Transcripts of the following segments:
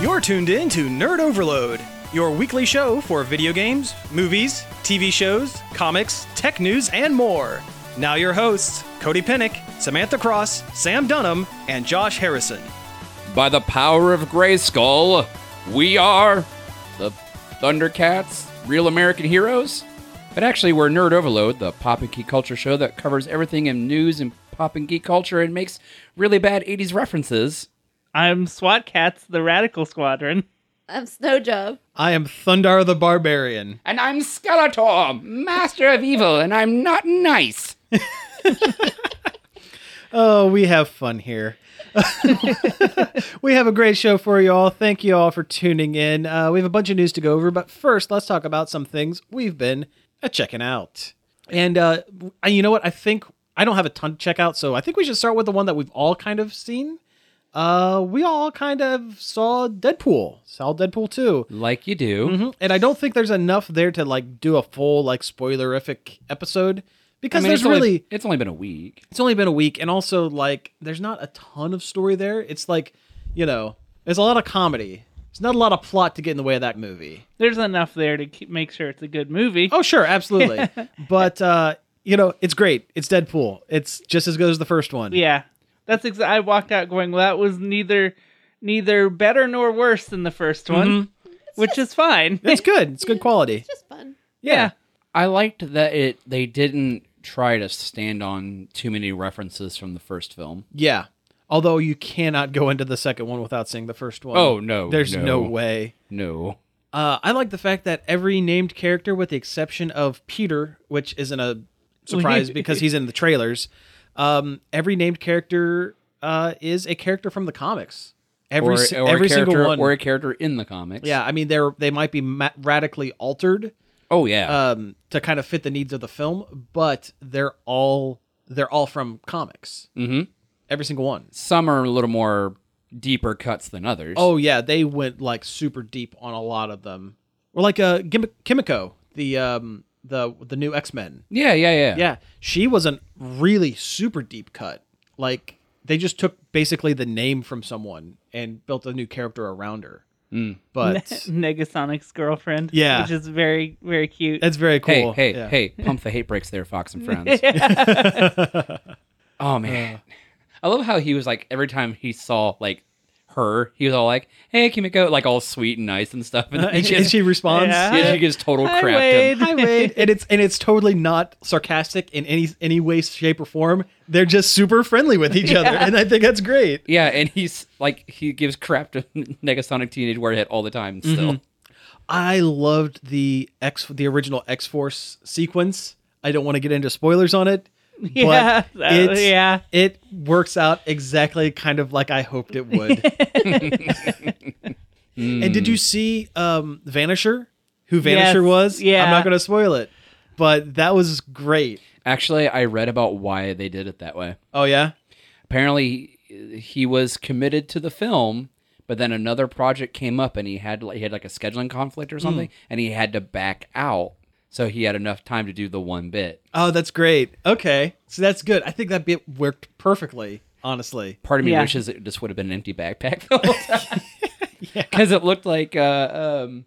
You're tuned in to Nerd Overload, your weekly show for video games, movies, TV shows, comics, tech news, and more. Now, your hosts, Cody Pennick, Samantha Cross, Sam Dunham, and Josh Harrison. By the power of Grayskull, we are the Thundercats, real American heroes. But actually, we're Nerd Overload, the pop and geek culture show that covers everything in news and pop and geek culture and makes really bad 80s references. I'm SWAT Cats, the Radical Squadron. I'm Snow Job. I am Thundar the Barbarian. And I'm Skeletor, master of evil, and I'm not nice. Oh, we have fun here. we have a great show for you all. Thank you all for tuning in. Uh, we have a bunch of news to go over, but first, let's talk about some things we've been uh, checking out. And uh, I- you know what? I think I don't have a ton to check out, so I think we should start with the one that we've all kind of seen. Uh, we all kind of saw Deadpool, saw Deadpool 2. Like you do. Mhm. And I don't think there's enough there to like do a full like spoilerific episode I because mean, there's it's only- really it's only been a week. it's only been a week and also like there's not a ton of story there it's like you know there's a lot of comedy there's not a lot of plot to get in the way of that movie There's enough there to keep, make sure it's a good movie. oh sure absolutely but uh you know it's great it's deadpool it's just as good as the first one Yeah, that's exa- I walked out going, well, that was neither neither better nor worse than the first one, Mm-hmm. which is fine. it's good it's good quality It's just fun. yeah, I liked that it they didn't try to stand on too many references from the first film. yeah although you cannot go into the second one without seeing the first one. Oh, no, there's no, no. way No. uh, i like the fact that every named character with the exception of peter which isn't a surprise because he's in the trailers. Um, every named character uh, is a character from the comics. Every si- or, or every a character, single one. or a character in the comics. yeah, I mean they're they might be ma- radically altered Oh yeah. um, to kind of fit the needs of the film, but they're all they're all from comics. Mm-hmm. Every single one. Some are a little more deeper cuts than others. Oh yeah, they went like super deep on a lot of them. Or like uh, Gim- Kimiko, the um, the the new X Men. yeah, yeah, yeah. Yeah, she was a really super deep cut. Like they just took basically the name from someone and built a new character around her. Hmm. But Negasonic's girlfriend. Yeah. which is very very cute. that's very Hey, cool. hey, Yeah. hey! Pump the hate brakes there, Fox and friends. oh man, I love how he was like every time he saw like her, he was all like, "Hey, Kimiko," like all sweet and nice and stuff, and, then Uh, And, she, and she responds. Yeah. yeah, she gets total Hi, crap. Wade. Hi Wade, and it's and it's totally not sarcastic in any any way, shape, or form. They're just super friendly with each other, and I think that's great. Yeah, and he's like he gives crap to Negasonic Teenage Warhead all the time. Still, Mm-hmm. I loved the X the original X Force sequence. I don't want to get into spoilers on it. But Yeah, that- it's- yeah. It works out exactly kind of like I hoped it would. And did you see um Vanisher? Who Vanisher Yes, was? yeah. I'm not gonna spoil it. But that was great. actually, I read about why they did it that way. Oh yeah? apparently he was committed to the film but then another project came up and he had like he had like a scheduling conflict or something and he had to back out so he had enough time to do the one bit Oh, that's great. Okay. So that's good. I think that bit worked perfectly, honestly. part of me Yeah. wishes it just would have been an empty backpack the whole time because it looked like uh, um,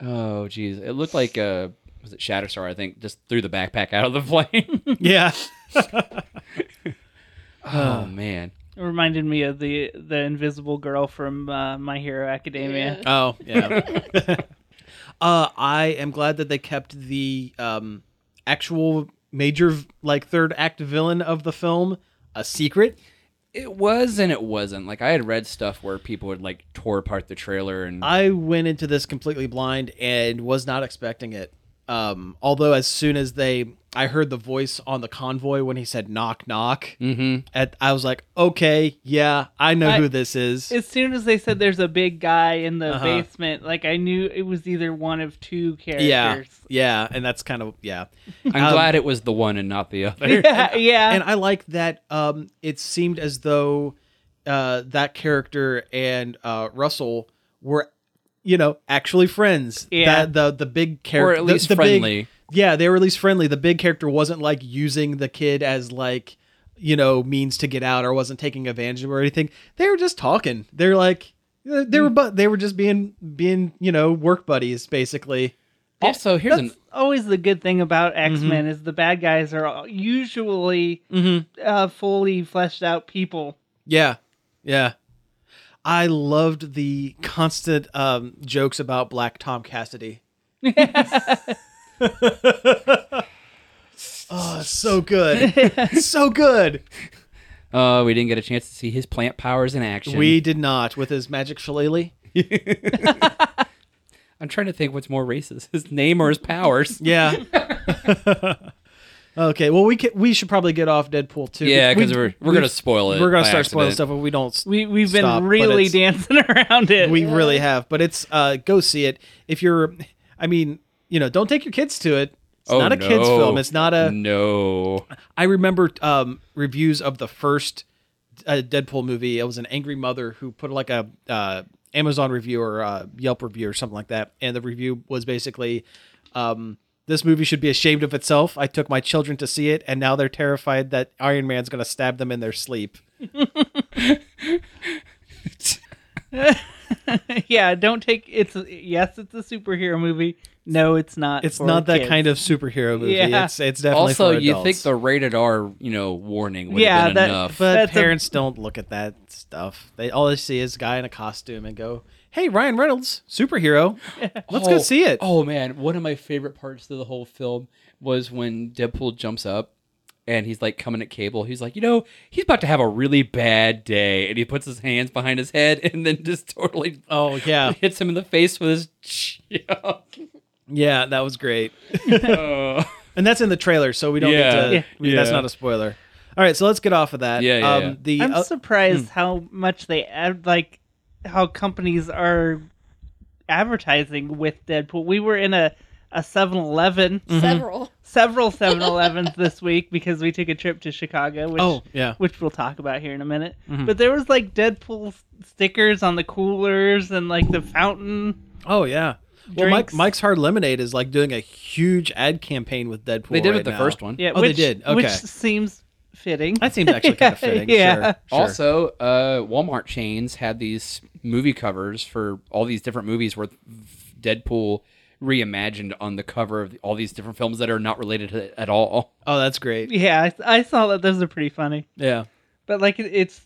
oh geez it looked like uh, was it Shatterstar I think just threw the backpack out of the plane Yeah. oh man It reminded me of the the Invisible Girl from uh, My Hero Academia. Oh, yeah. uh, I am glad that they kept the um, actual major, like, third act villain of the film a secret. it was and it wasn't like I had read stuff where people would like tore apart the trailer and I went into this completely blind and was not expecting it. Um, although, as soon as they, I heard the voice on the convoy when he said knock, knock, Mm. mm-hmm. at, I was like, okay, yeah, I know I- who this is. as soon as they said there's a big guy in the Uh-huh. basement, like I knew it was either one of two characters. Yeah. Yeah. And that's kind of, yeah. I'm Um, glad it was the one and not the other. yeah, yeah. and I like that um, it seemed as though uh, that character and uh, Russell were, you know, actually friends. Yeah. That, the the big character, at least the, the big- friendly. yeah, they were at least friendly. The big character wasn't like using the kid as like you know means to get out or wasn't taking advantage of him or anything. They were just talking. They're like, They they were Mm. but they were just being being you know work buddies basically. Also, here's an That's always the good thing about X Men is the bad guys are all- usually uh, fully fleshed out people. Yeah, yeah. I loved the constant um, jokes about Black Tom Cassidy. oh, it's so good, It's so good. uh, we didn't get a chance to see his plant powers in action. We did not with his magic shillelagh. I'm trying to think what's more racist, his name or his powers. Yeah. okay. Well, we can, we should probably get off Deadpool too. Yeah, We- because we, are we're gonna spoil it. we're gonna by start spoiling accident. stuff if we don't. s- We we've been Stop, but really it's- dancing around it. we really have, but it's uh, go see it if you're. I mean, you know, don't take your kids to it. It's Oh, not a kids no. film. It's not a. no. I remember um, reviews of the first uh, Deadpool movie. It was an angry mother who put like a uh, Amazon review or uh, Yelp review or something like that, and the review was basically, um, "This movie should be ashamed of itself. I took my children to see it, and now they're terrified that Iron Man's going to stab them in their sleep." yeah, don't take it's yes, it's a superhero movie. No, it's not. It's not that kind of superhero movie. Yeah. It's it's definitely Also, for you adults. think the rated R, you know, warning would Yeah, have been that- enough? but That's a- parents don't look at that stuff. They all they see is a guy in a costume and go, "Hey, Ryan Reynolds, superhero. Let's go Oh, see it." Oh man, one of my favorite parts of the whole film was when Deadpool jumps up and he's like coming at Cable. He's like, you know, he's about to have a really bad day, and he puts his hands behind his head and then just totally Oh yeah, hits him in the face with his chuck. yeah, that was great, Uh, and that's in the trailer, so we don't Yeah. need to. Yeah. we- That's Yeah. not a spoiler. All right, so let's get off of that. Yeah, yeah, yeah. The I'm uh, surprised how much they ad- like how companies are advertising with Deadpool. We were in a a 7-Eleven, Mm-hmm. Mm-hmm. Several. several 7-Elevens this week because we took a trip to Chicago, which oh yeah, which we'll talk about here in a minute. Mm-hmm. But there was like Deadpool s- stickers on the coolers and like the fountain. oh yeah. Well, Mike, Drinks. Mike's Hard Lemonade is like doing a huge ad campaign with Deadpool. they did right with the now. first one. Yeah, Oh, they which, did. Okay. which seems fitting. That seems actually kind of fitting. Yeah. Sure, sure. Also, uh, Walmart chains had these movie covers for all these different movies where Deadpool reimagined on the cover of all these different films that are not related to it at all. oh, that's great. Yeah, I, I saw that. Those are pretty funny. Yeah. But like, it, it's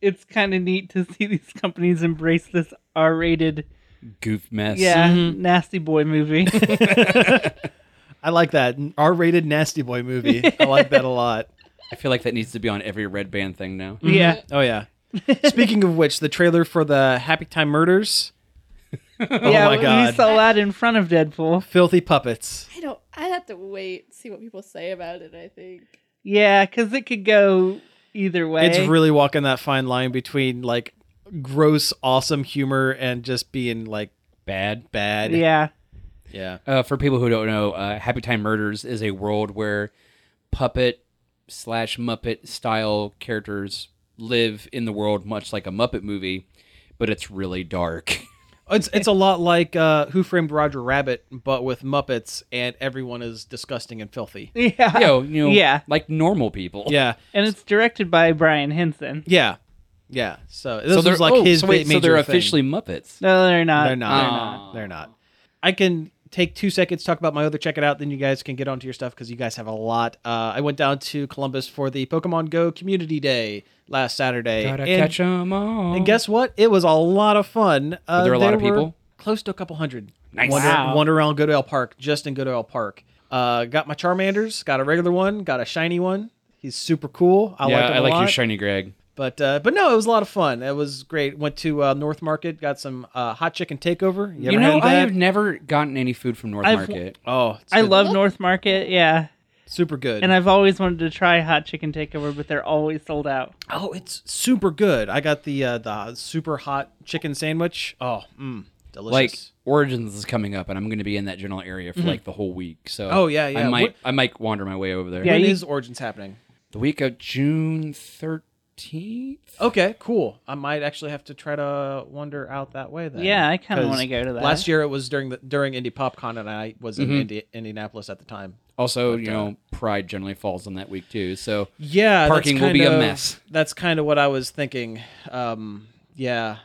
it's kind of neat to see these companies embrace this R-rated, Goof mess. yeah, Mm-hmm. nasty boy movie. I like that R-rated nasty boy movie. I like that a lot. I feel like that needs to be on every red band thing now. yeah, Oh yeah. Speaking of which, the trailer for the Happy Time Murders, yeah. Oh my God. We saw that in front of Deadpool. filthy puppets. I don't. I have to wait and see what people say about it. I think. Yeah, because it could go either way. It's really walking that fine line between like gross, awesome humor and just being like Bad. bad. yeah. Yeah. Uh, for people who don't know, uh, Happy Time Murders is a world where puppet slash Muppet style characters live in the world much like a Muppet movie, but it's really dark. It's it's a lot like uh, Who Framed Roger Rabbit, but with Muppets and everyone is disgusting and filthy. Yeah. you know, you know, Yeah. like normal people. Yeah. And it's directed by Brian Henson. Yeah. Yeah. So this they're- was like oh, his so wait, major so they're thing. officially Muppets. No, they're not. They're not. They're They're not. not. They're not. I can take two seconds talk about my other check it out. Then you guys can get onto your stuff because you guys have a lot. Uh, I went down to Columbus for the Pokemon Go Community Day last Saturday. Gotta and, catch 'em all. and guess what? It was a lot of fun. Uh, there a lot of were people? Close to a couple hundred. Nice. Wander, Wow. wander around Goodale Park, just in Goodale Park. Uh, got my Charmanders. Got a regular one. Got a shiny one. He's super cool. I yeah, like him I a like lot. your shiny Greg. But uh, but no, it was a lot of fun. It was great. Went to uh, North Market, got some uh, hot chicken takeover. You, you ever know, had that? I have never gotten any food from North I've- Market. Oh, it's I good. love North Market. Yeah. super good. And I've always wanted to try hot chicken takeover, but they're always sold out. oh, it's super good. I got the uh, the super hot chicken sandwich. Oh, mm, Like delicious. Origins is coming up, and I'm going to be in that general area for like the whole week. So Oh, yeah, yeah. I might What- I might wander my way over there. Yeah, when you- is Origins happening? the week of June 13th. Okay, cool. I might actually have to try to wander out that way then. Yeah, I kinda 'Cause wanna go to that. Mm-hmm. Last year it was during the during Indie PopCon, and I was in Indi- Indianapolis at the time. Also, you know, Pride generally falls on that week too. So Yeah, Parking that's will kind be a of- mess. That's kind of what I was thinking. Um, yeah,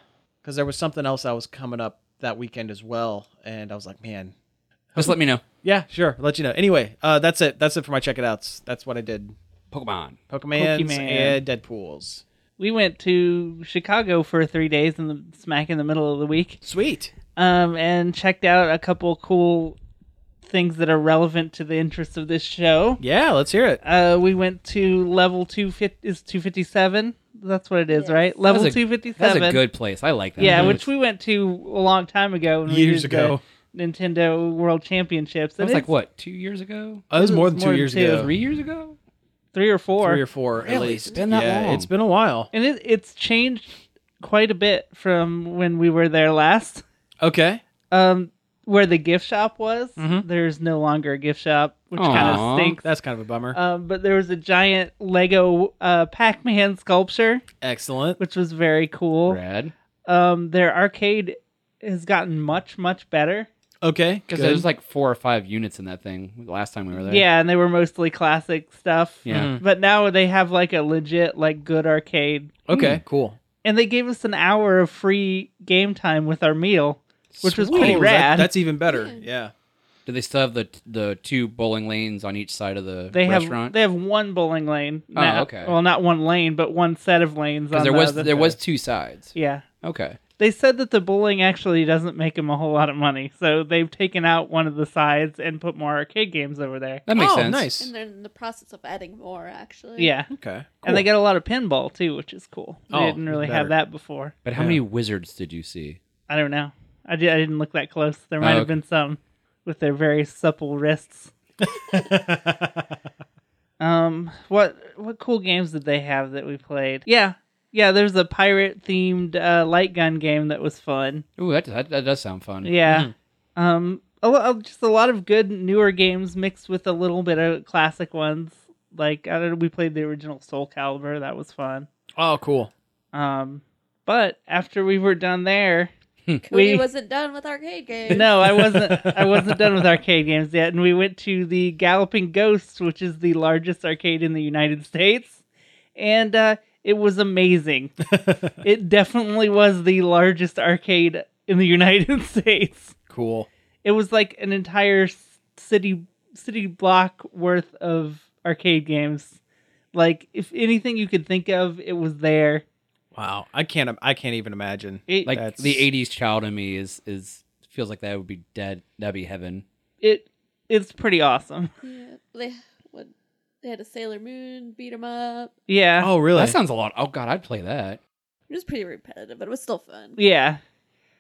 because there was something else that was coming up that weekend as well, and I was like, man, Just let me know. yeah, sure, I'll let you know. Anyway, uh, that's it. That's it for my check it outs. That's what I did. Pokemon. Pokemans Pokemon. and Deadpool's. We went to Chicago for three days in the smack in the middle of the week, Sweet. um, and checked out a couple cool things that are relevant to the interests of this show. Yeah, let's hear it. Uh, we went to level two fifty is two fifty seven. That's what it is, Yes. right? That was Level a- two fifty That's seven. a good Mhm. place. I like that. Yeah, place. which we went to a long time ago. When we Years did ago. the Nintendo World Championships. that And was like it's what two years ago, That was more than was two more than years two. ago. three years ago. three or four. Three or four at Really? least. It's been that yeah, long. It's been a while. and it, it's changed quite a bit from when we were there last. Okay. Um, where the gift shop was, there's no longer a gift shop, which kind Aw. of stinks. That's kind of a bummer. Um, but there was a giant Lego uh, Pac-Man sculpture, Excellent. which was very cool. Rad. Um, their arcade has gotten much, much better. Okay. Because good. there's like four or five units in that thing the last time we were there. Yeah, and they were mostly classic stuff. Yeah. Mhm. But now they have like a legit, like good arcade. okay. Cool. And they gave us an hour of free game time with our meal, which was Sweet. pretty Oh, that- rad. that's even better. Yeah. Do they still have the the two bowling lanes on each side of the they have restaurant? Oh, they have one bowling lane. now. okay. Well, not one lane, but one set of lanes. Because on there the was other- there was two sides. yeah. Okay. They said that the bowling actually doesn't make them a whole lot of money, so they've taken out one of the sides and put more arcade games over there. That makes oh, sense. nice. And they're in the process of adding more, actually. Yeah, Okay. and they cool. got a lot of pinball too, which is cool. They Oh, didn't really better. have that before. But how many wizards did you see? I don't know. I, di- I didn't look that close. There might Oh, have okay. been some with their very supple wrists. um, what what cool games did they have that we played? Yeah, yeah. There's a pirate themed uh, light gun game that was fun. Ooh, that, that, that does sound fun. Yeah. Um, a lo- just a lot of good newer games mixed with a little bit of classic ones. Like I don't know, we played the original Soul Calibur. That was fun. Oh, cool. Um, but after we were done there, Cody We- wasn't done with arcade games. No, I wasn't. I wasn't done with arcade games yet, and we went to the Galloping Ghost, which is the largest arcade in the United States, and uh, it was amazing. it definitely was the largest arcade in the United States. Cool. It was like an entire s- city city block worth of arcade games. Like if anything you could think of, it was there. Wow. I can't. I can't even imagine. It, Like That's- the '80s child in me is is feels like that would be dead. That'd be heaven. it it's pretty awesome. Yeah, they, what, they had a Sailor Moon beat 'em up. Yeah. Oh, really? That sounds a lot. Oh God, I'd play that. It was pretty repetitive, but it was still fun. Yeah.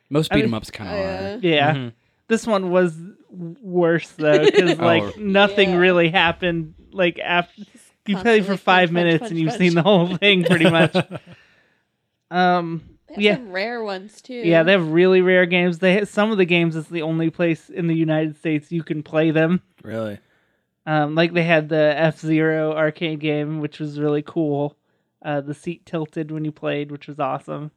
Most I mean- beat 'em ups Oh, kind of Uh, are. Yeah. Mhm. This one was worse though, because Oh. like nothing Yeah. really happened. Like after you play Constantly for five punch, punch, minutes punch, and you've punch. seen the whole thing pretty much. um, They have yeah, some rare ones, too. yeah, they have really rare games. They have, some of the games is the only place in the United States you can play them. Really? Um, like they had the F Zero arcade game, which was really cool. Uh, the seat tilted when you played, which was awesome.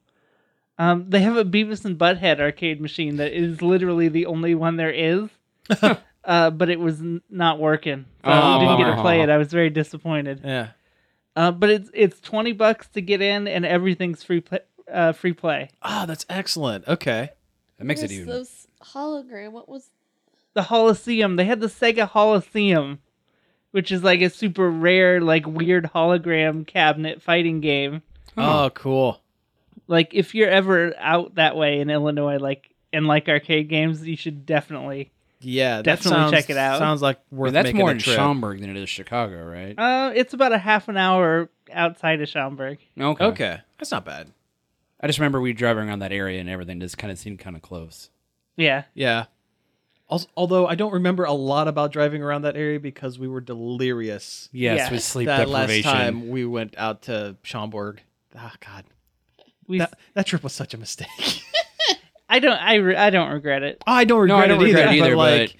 Um, they have a Beavis and Butthead arcade machine that is literally the only one there is. uh, but it was n- not working. So Oh, I didn't get to bummer. play it. I was very disappointed. Yeah. Uh, but it's it's twenty bucks to get in, and everything's free play. Uh, free play. Oh, that's excellent. Okay. That makes it There's even. those hologram. What was The Holosseum. They had the Sega Holosseum, which is like a super rare, like weird hologram cabinet fighting game. Huh. Oh, cool. like if you're ever out that way in Illinois, like and like arcade games, you should definitely. Yeah. that Definitely sounds- check it out. Sounds like worth Well, that's making more the in trip. Schaumburg than it is Chicago, right? Uh, it's about a half an hour outside of Schaumburg. Okay. Okay. That's not bad. I just remember we driving around that area and everything just kind of seemed kind of close. Yeah, Yeah. Als- Although I don't remember a lot about driving around that area because we were delirious Yes, Yeah. with sleep that last deprivation. time we went out to Schaumburg. Ah, God, we. that, that trip was such a mistake. I don't. I. Re- I don't regret it. I don't No, regret I don't it either. regret it either, but like,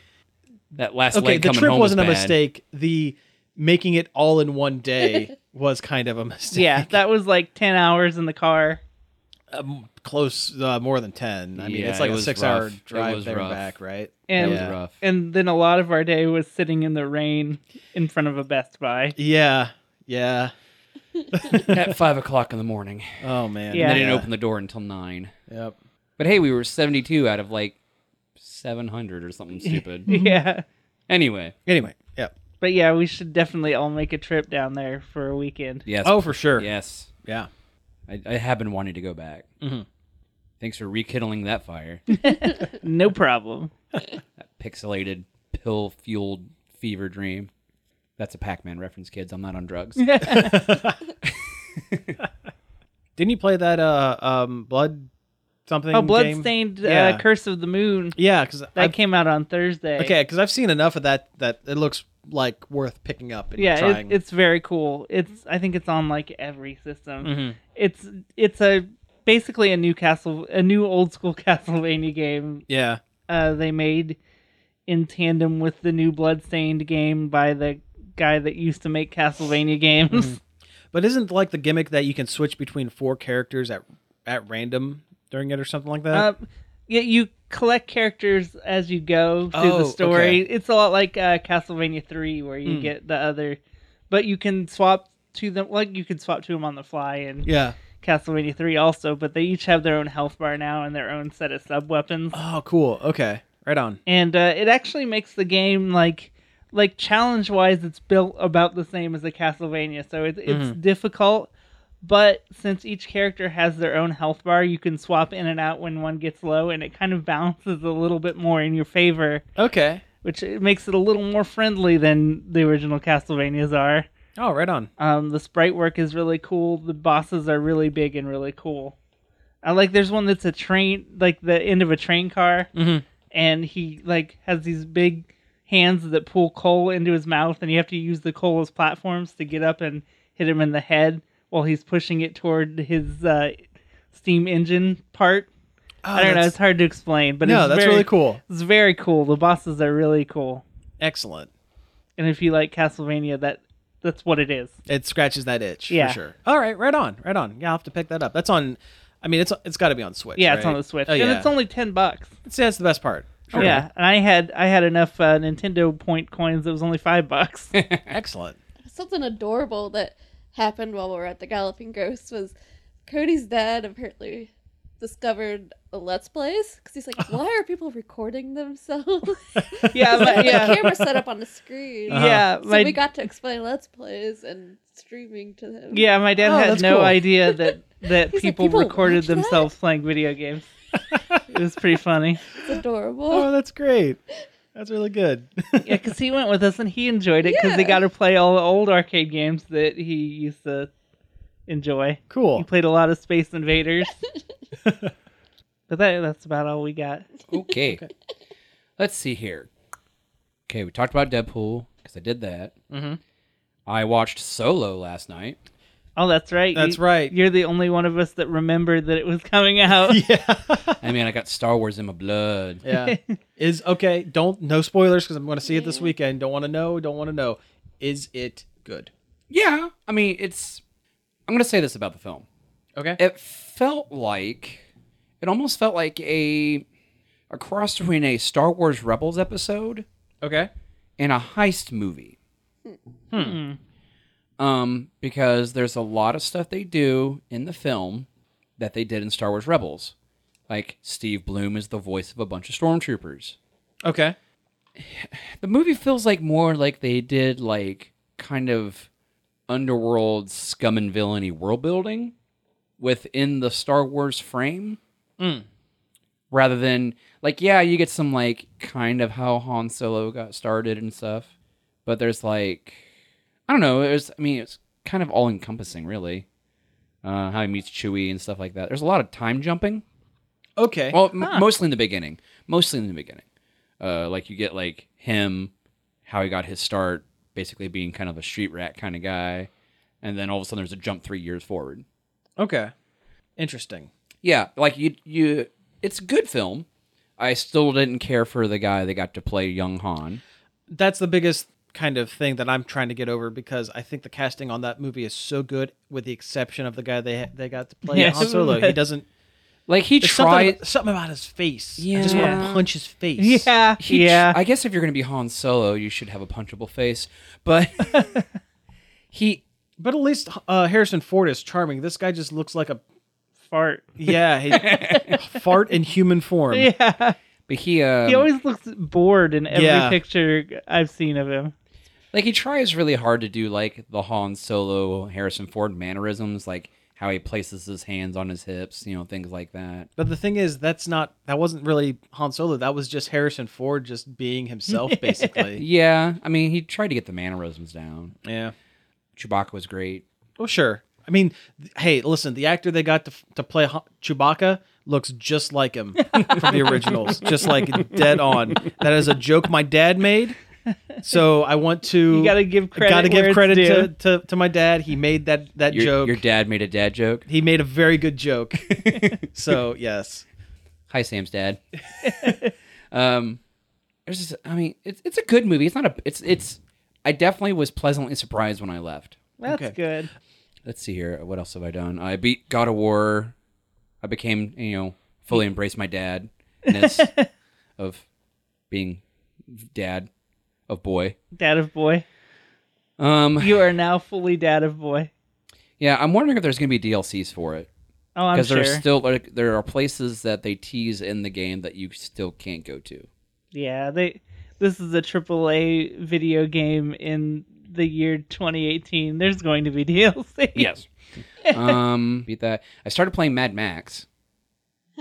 that last okay, leg the coming trip home wasn't was a bad. mistake. The making it all in one day was kind of a mistake. Yeah, that was like ten hours in the car. Um, close, uh, more than ten. I mean, Yeah, it's like it a was six-hour rough. It drive was there and rough. back, right? That And was Yeah. rough. and then a lot of our day was sitting in the rain in front of a Best Buy. Yeah, yeah. at five o'clock in the morning. Oh man. Yeah. And they didn't open the door until nine. Yep. But hey, we were 72 out of like 700 or something stupid. yeah. anyway, Anyway. Yep. But yeah, we should definitely all make a trip down there for a weekend. yes. Oh, for sure. yes. Yeah. I, I have been wanting to go back. Mhm. Thanks for rekindling that fire. No problem. Pixelated, pill fueled fever dream. That's a Pac Man reference, kids. I'm not on drugs. Didn't you play that uh um blood something? Oh, game? Bloodstained Yeah. uh, Curse of the Moon. Yeah, because That came out on Thursday. okay, because I've seen enough of that that it looks like worth picking up and Yeah, trying. it, it's very cool. It's I think it's on like every system. Mm-hmm. It's it's a basically a new castle, a new old school Castlevania game. yeah. Uh, they made in tandem with the new Bloodstained game by the guy that used to make Castlevania games. Mm-hmm. But isn't like the gimmick that you can switch between four characters at at random during it or something like that? Um, yeah, you collect characters as you go through Oh, the okay. story. Mm. It's a lot like uh, Castlevania Three, where you get the other, but you can swap to them. Like you can swap to them on the fly in yeah. Castlevania Three also. But they each have their own health bar now and their own set of sub weapons, Oh, cool. Okay. Right on. and uh, it actually makes the game like. Like challenge wise, it's built about the same as the Castlevania, so it's it's difficult. But since each character has their own health bar, you can swap in and out when one gets low, and it kind of balances a little bit more in your favor, Okay. which it makes it a little more friendly than the original Castlevanias are. Oh, right on. Um, the sprite work is really cool. The bosses are really big and really cool. I like. There's one that's a train, like the end of a train car, Mm-hmm. and he like has these big hands that pull coal into his mouth, and you have to use the coal as platforms to get up and hit him in the head while he's pushing it toward his uh, steam engine part. Oh, I don't know. that's- It's hard to explain, but no, it's that's very- really cool. It's very cool. The bosses are really cool, Excellent. and if you like Castlevania, that that's what it is. It scratches that itch Yeah. for sure. All right, right on, right on. Yeah, I'll have to pick that up. That's on. I mean, it's it's got to be on Switch. Yeah, right? it's on the Switch, Oh, yeah. and it's only ten bucks. It's- that's the best part. Sure. Yeah, and I had I had enough uh, Nintendo point coins. It was only five bucks. Excellent. Something adorable that happened while we were at the Galloping Ghost was Cody's dad apparently discovered the Let's Plays because he's like, why are people recording themselves? yeah, Uh-huh. my, yeah. yeah, camera set up on the screen. yeah. So My we got to explain Let's Plays and streaming to them. yeah, my dad Oh, had that's no cool. idea that that He's like, people, "People recorded watch that?" themselves playing video games. it was pretty funny. It's adorable. Oh, that's great. That's really good. Yeah, because he went with us and he enjoyed it because they Yeah. got to play all the old arcade games that he used to enjoy. He cool. played a lot of Space Invaders. But that, that's about all we got. okay. Let's see here. Okay, we talked about Deadpool because I did that. Mm-hmm. I watched Solo last night. Oh, that's right. That's right. You're the only one of us that remembered that it was coming out. I mean, I got Star Wars in my blood. Yeah. Is okay. Don't no spoilers because I'm going to see it this weekend. Don't want to know. Don't want to know. Is it good? Yeah, I mean, it's. I'm gonna say this about the film. Okay. It felt like, it almost felt like a, a cross between a Star Wars Rebels episode Okay. and a heist movie. Hmm. Um, because there's a lot of stuff they do in the film that they did in Star Wars Rebels. Like Steve Bloom is the voice of a bunch of stormtroopers. Okay. The movie feels like more like they did like kind of underworld scum and villainy world building within the Star Wars frame. Rather than like, yeah, you get some like kind of how Han Solo got started and stuff, but there's like, I don't know. There's, I mean, it's kind of all encompassing, really. Uh, how he meets Chewie and stuff like that. There's a lot of time jumping. Okay. Well, m- mostly in the beginning. Mostly in the beginning. Uh, like you get like him, how he got his start, basically being kind of a street rat kind of guy, and then all of a sudden there's a jump three years forward. okay. Interesting. Yeah, like you, you, it's a good film. I still didn't care for the guy that got to play young Han. that's the biggest kind of thing that I'm trying to get over because I think the casting on that movie is so good, with the exception of the guy they they got to play Yes. Han Solo. He doesn't Like he there's something, tried. about, something about his face. I just want to Yeah. punch his face. Yeah, he tr- yeah. I guess if you're going to be Han Solo, you should have a punchable face. But he But at least uh, Harrison Ford is charming. This guy just looks like a Fart. yeah, he, fart in human form. Yeah. But he, um, He always looks bored in every Yeah. picture I've seen of him. like he tries really hard to do like the Han Solo, Harrison Ford mannerisms, like how he places his hands on his hips, you know, things like that. But the thing is, that's not that wasn't really Han Solo. That was just Harrison Ford just being himself, basically. Yeah, I mean, he tried to get the mannerisms down. yeah. Chewbacca was great. Well, sure. I mean, th- hey, listen, the actor they got to, f- to play Han- Chewbacca looks just like him from the originals, just like dead on. That is a joke my dad made. So I want to. You gotta give I credit. gotta where give it's credit to, due. to, to my dad. He made that that Your, joke. your dad made a dad joke. he made a very good joke. so yes, Hi, Sam's dad. um, it was just, I mean, it's it's a good movie. It's not a. It's it's. I definitely was pleasantly surprised when I left. That's Okay. good. Let's see here. What else have I done? I beat God of War. I became, you know, fully embraced my dad of being dad of boy. Dad of boy. Um, You are now fully dad of boy. yeah, I'm wondering if there's gonna be DLCs for it Oh, I'm because sure. there's still like there are places that they tease in the game that you still can't go to. Yeah, they. This is a triple A video game in the year 2018. There's going to be DLC. Yes. um, beat that. I started playing Mad Max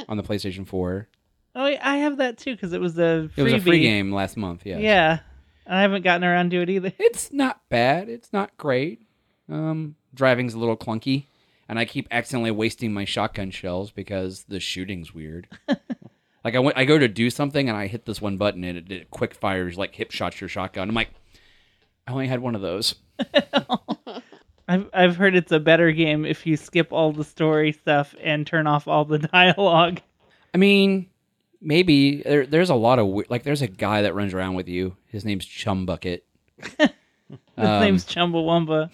on the PlayStation 4. Oh, I I have that too because it was a freebie. It was a free game last month. Yeah. Yeah, and I haven't gotten around to it either. It's not bad. It's not great. Um, driving's a little clunky, and I keep accidentally wasting my shotgun shells because the shooting's weird. like I went, I go to do something, and I hit this one button, and it, it quick fires like hip shots your shotgun. I'm like, I only had one of those. I've I've heard it's a better game if you skip all the story stuff and turn off all the dialogue. I mean, maybe there, there's a lot of we- like there's a guy that runs around with you. His name's Chum Bucket. His Um, name's Chumbawamba.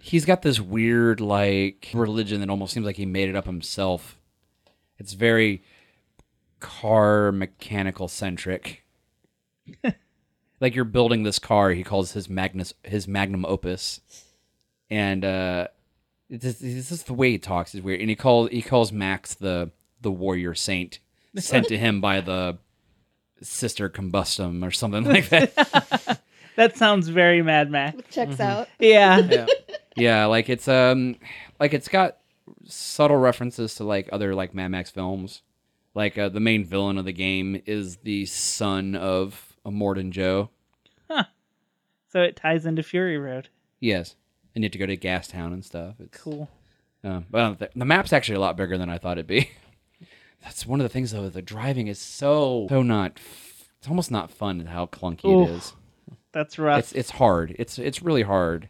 He's got this weird like religion that almost seems like he made it up himself. It's very car mechanical centric. like you're building this car, he calls his Magnus his magnum opus, and uh, it's just, it's just the way he talks is weird. And he calls he calls Max the the warrior saint sent to him by the sister combustum or something like that. that sounds very Mad Max. Checks out. Yeah, yeah like it's um like it's got subtle references to like other like mad max films like uh, the main villain of the game is the son of a morden joe so it ties into Fury Road. yes and you have to go to gas town and stuff it's Cool. uh, well the, the map's actually a lot bigger than i thought it'd be that's one of the things though the driving is so so not f- it's almost not fun how clunky Oof. it is That's rough. it's it's hard. It's it's really hard.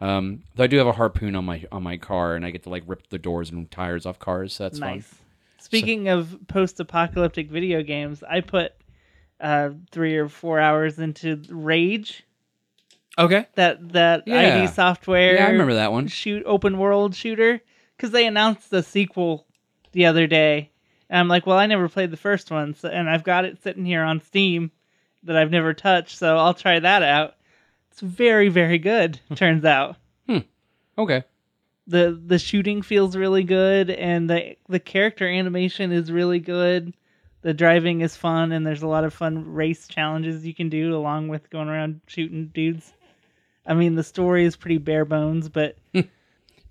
Um, though I do have a harpoon on my on my car, and I get to like rip the doors and tires off cars. So that's nice. fun. Speaking of post-apocalyptic video games, I put uh, three or four hours into Rage. okay. That that Yeah. ID software. Yeah, I remember that one. Shoot open world shooter because they announced the sequel the other day, and I'm like, well, I never played the first one, so, and I've got it sitting here on Steam that I've never touched, so I'll try that out. It's very very good. turns out Okay. the the shooting feels really good and the the character animation is really good the driving is fun and there's a lot of fun race challenges you can do along with going around shooting dudes i mean the story is pretty bare bones but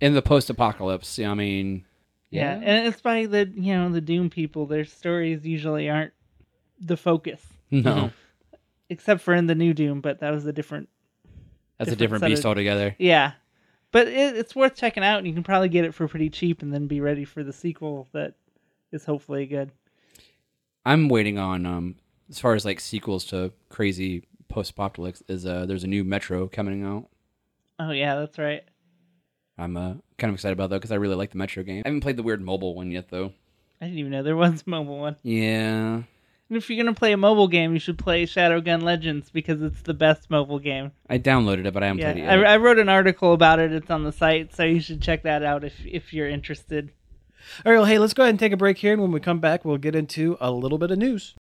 In the post apocalypse, I mean, yeah, and it's by the you know the doom people their stories usually aren't the focus Mm-hmm. no, except for in the new doom but that was a different that's a Different different set beast of- altogether. yeah but it, it's worth checking out and you can probably get it for pretty cheap and then be ready for the sequel that is hopefully good I'm waiting on um as far as like sequels to crazy post apocalypse is uh there's a new Metro coming out. oh yeah that's right I'm uh kind of excited about though because I really like the Metro game. I haven't played the weird mobile one yet though. I didn't even know there was a mobile one. Yeah. And if you're gonna play a mobile game, you should play Shadowgun Legends because it's the best mobile game. I downloaded it, but I haven't Yeah, played it I, yet. I wrote an article about it. It's on the site, so you should check that out if if you're interested. All right. Well, hey, let's go ahead and take a break here, and when we come back, we'll get into a little bit of news.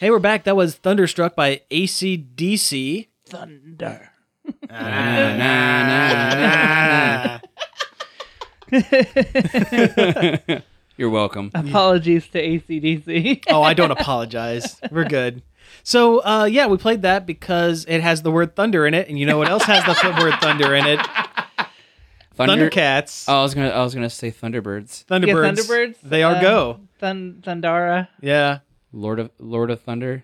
Hey, we're back. That was Thunderstruck by ACDC. Thunder. Na, na, na, na, na. You're welcome. Uh, Apologies to ACDC. oh, I don't apologize. We're good. So, uh, yeah, we played that because it has the word thunder in it, and you know what else has the word thunder in it? Thunder- Thundercats. Oh, I was gonna, I was gonna say Thunderbirds, Thunderbirds. Yeah, Thunderbirds. They are uh, go. Thun- Thundara. Yeah. Lord of Lord of Thunder.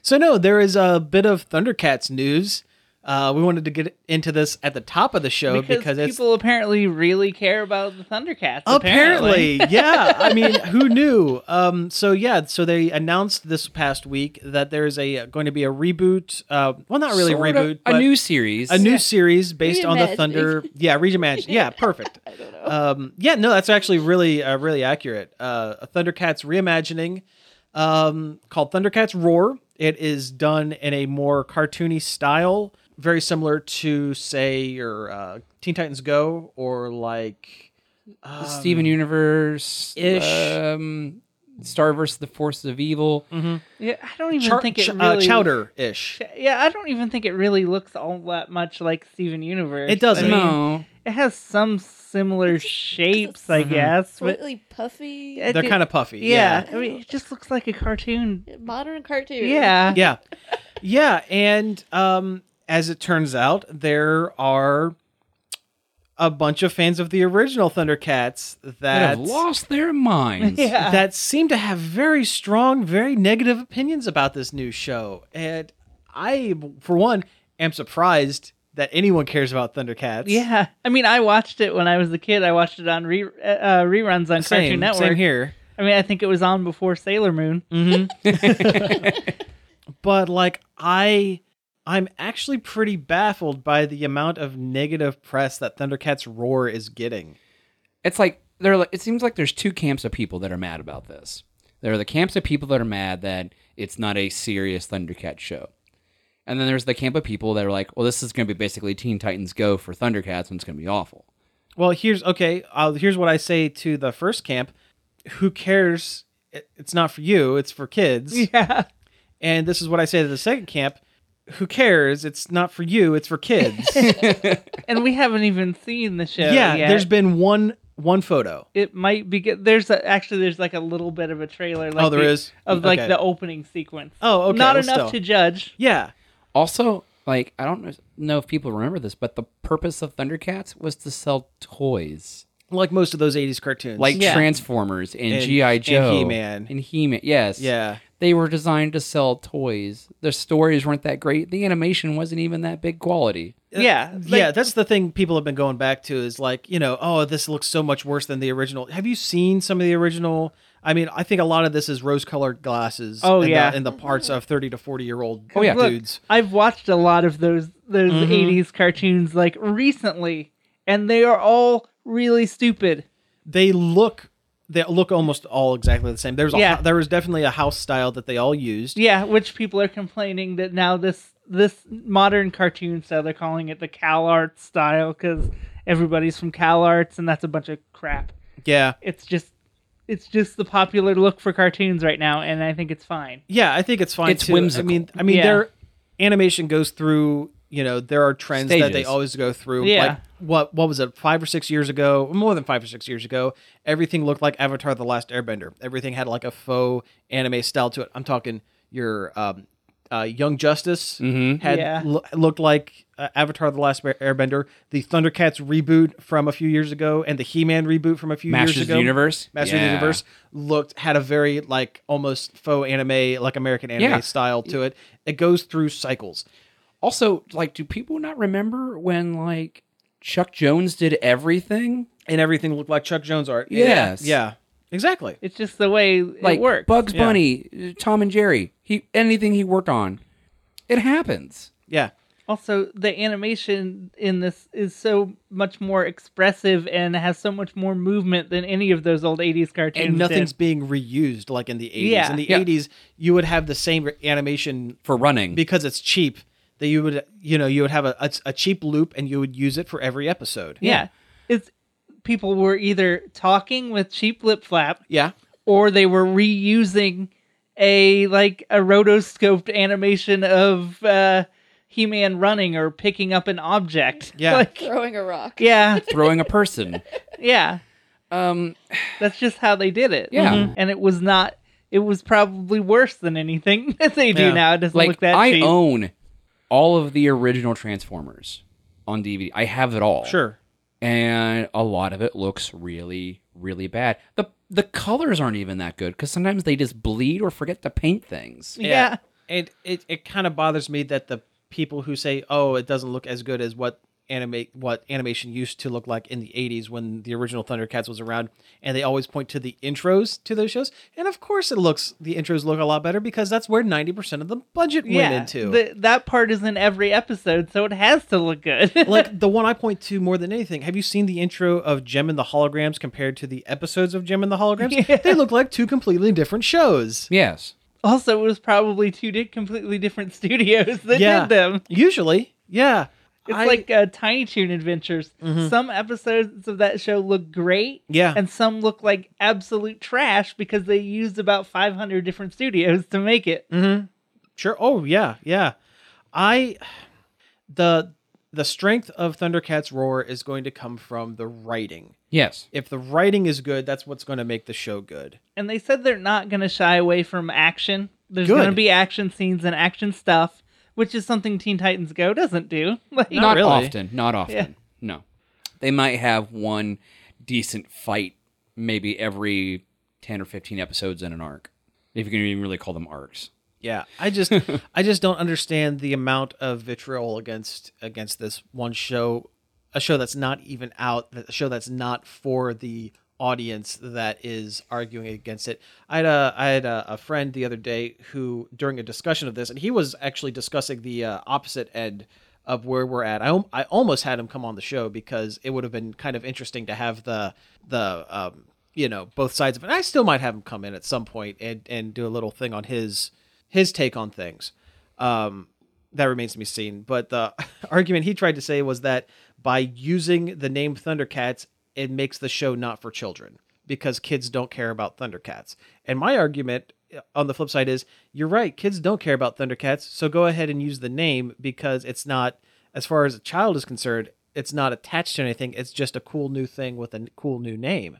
So no, there is a bit of Thundercats news. Uh, we wanted to get into this at the top of the show Because, because, it's people apparently really care about the Thundercats. apparently, yeah. I mean, who knew? Um, so yeah, so they announced this past week that there is a going to be a reboot. Uh, well, not really Sort of reboot, a but new series. a new series based on the Reimagining. Thunder. Yeah, reimagined. Yeah, perfect. I don't know. Um, yeah, no, that's actually really uh, really accurate. Uh, a Thundercats reimagining um, called Thundercats Roar. It is done in a more cartoony style, very similar to say your uh, Teen Titans Go or like Steven Universe Um, ish. Um, Star versus the Forces of Evil. Yeah, I don't even Char- think it Ch- really uh, Chowder ish. Yeah, I don't even think it really looks all that much like Steven Universe. It doesn't. I mean, no, It has some similar shapes, I Mm-hmm. guess. But Slightly puffy. Yeah, They're it- kind of puffy. yeah, I mean, it just looks like a cartoon. Modern cartoon. Yeah, yeah yeah and um as it turns out there are a bunch of fans of the original thundercats they have that lost their minds. yeah. that seem to have very strong very negative opinions about this new show and i for one am surprised that anyone cares about thundercats Yeah, I mean, I watched it when I was a kid. I watched it on re- uh, uh, reruns on Cartoon same, Network. same here I mean, I think it was on before Sailor Moon. but like i i'm actually pretty baffled by the amount of negative press that thundercats roar is getting it's like there. Like, it seems like there's two camps of people that are mad about this. There are the camps of people that are mad that it's not a serious Thundercat show, and then there's the camp of people that are like, "Well, this is going to be basically Teen Titans Go for Thundercats, and it's going to be awful." Well, here's okay. I'll, here's what I say to the first camp: Who cares? It- It's not for you. It's for kids. Yeah, And this is what I say to the second camp: Who cares? It's not for you. It's for kids. and we haven't even seen the show. yeah. yet. There's been one one photo. it might be good. There's a, actually there's like a little bit of a trailer. Like Oh, there the- is? of like Okay. the opening sequence. Oh, okay, Not well, enough still. to judge. Yeah. Also, like I don't know- know if people remember this, but the purpose of Thundercats was to sell toys, Like most of those '80s cartoons. like Yeah. Transformers and, And- GI and Joe He-Man. and He-Man. Yes, yeah. they were designed to sell toys. Their stories weren't that great. The animation wasn't even that big quality. yeah, like- yeah, that's the thing people have been going back to is like, you know, oh, this looks so much worse than the original. Have you seen some of the original? I mean, I think a lot of this is rose colored glasses. Oh, and yeah. The, and the parts of 30 to 40 year old Oh, yeah. Look, dudes. I've watched a lot of those those Mm-hmm. '80s cartoons like recently, and they are all really stupid. they look they look almost all exactly the same. There's a, Yeah. there was definitely a house style that they all used. Yeah, which people are complaining that now this this modern cartoon style they're calling it the Cal Arts style because everybody's from Cal Arts, and that's a bunch of crap. Yeah. It's just it's just the popular look for cartoons right now, and I think it's fine. Yeah, I think it's fine It's too. whimsical. I mean, I mean Yeah. their animation goes through, you know, there are trends that they Stages. always go through. Yeah. Like what what was it? 5 or 6 years ago, more than 5 or 6 years ago, everything looked like Avatar the Last Airbender. Everything had like a faux anime style to it. I'm talking your um uh, Young Justice Mm-hmm. had Yeah. lo- looked like uh, Avatar: The Last Air- Airbender, the Thundercats reboot from a few years ago, and the He-Man reboot from a few Masters years of ago. the Universe? Masters of the Yeah. Universe looked had a very like almost faux anime, like American anime Yeah. style to it. It goes through cycles. Also, like, do people not remember when like Chuck Jones did everything? And everything looked like Chuck Jones art. Yes. Yeah. yeah. Exactly. It's just the way Like it works. Bugs Yeah. Bunny, uh, Tom and Jerry, he anything he worked on, it happens. Yeah. also the animation in this is so much more expressive and has so much more movement than any of those old 80s cartoons And nothing's did. being reused like in the 80s. Yeah. In the Yeah. 80s, you would have the same animation For running, because it's cheap that you would you know you would have a, a, a cheap loop and you would use it for every episode yeah. it's people were either talking with cheap lip flap yeah or they were reusing a like a rotoscoped animation of uh, He-Man running or picking up an object. Yeah. Like, Throwing a rock. yeah, throwing a person. yeah. Um, That's just how they did it. Yeah. Mhm. and it was not. It was probably worse than anything that they do Yeah. now. It doesn't like look that I cheap. own all of the original Transformers on DVD. I have it all. Sure. and a lot of it looks really really bad. the The colors aren't even that good because sometimes they just bleed or forget to paint things. Yeah. And it, it kind of bothers me that the people who say, "Oh, it doesn't look as good as what anime what animation used to look like in the 80s when the original Thundercats was around," and they always point to the intros to those shows. And of course it looks the intros look a lot better because that's where 90% of the budget went into. th- that part is in every episode, so it has to look good. like the one I point to more than anything. Have you seen the intro of Gem and the Holograms compared to the episodes of Gem and the Holograms? Yeah. They look like two completely different shows. Yes, also, it was probably two di- completely different studios that Yeah. did them. Usually, yeah. It's I- Mm-hmm. like uh, Tiny Toon Adventures. Some episodes of that show look great, Yeah. and some look like absolute trash because they used about 500 different studios to make it. Sure. Oh yeah, yeah. I the the strength of Thundercats Roar is going to come from the writing. yes. If the writing is good, that's what's going to make the show good. And they said they're not going to shy away from action. There's Good. going to be action scenes and action stuff, which is something Teen Titans Go doesn't do. Like, Not, really. often. Not often. Yeah. No. They might have one decent fight maybe every 10 or 15 episodes in an arc. If you can even really call them arcs. Yeah. I just I just don't understand the amount of vitriol against against this one show, a show that's not even out, a show that's not for the audience that is arguing against it. I had a I had a, a friend the other day who during a discussion of this, and he was actually discussing the uh, opposite end of where we're at. I, al- I almost had him come on the show because it would have been kind of interesting to have the the um, you know both sides of it. I still might have him come in at some point and and do a little thing on his his take on things. Um, that remains to be seen. But the argument he tried to say was that by using the name Thundercats, it makes the show not for children because kids don't care about Thundercats. And my argument uh, on the flip side is you're right, kids don't care about Thundercats, so go ahead and use the name because it's not, as far as a child is concerned, it's not attached to anything. It's just a cool new thing with a n- cool new name.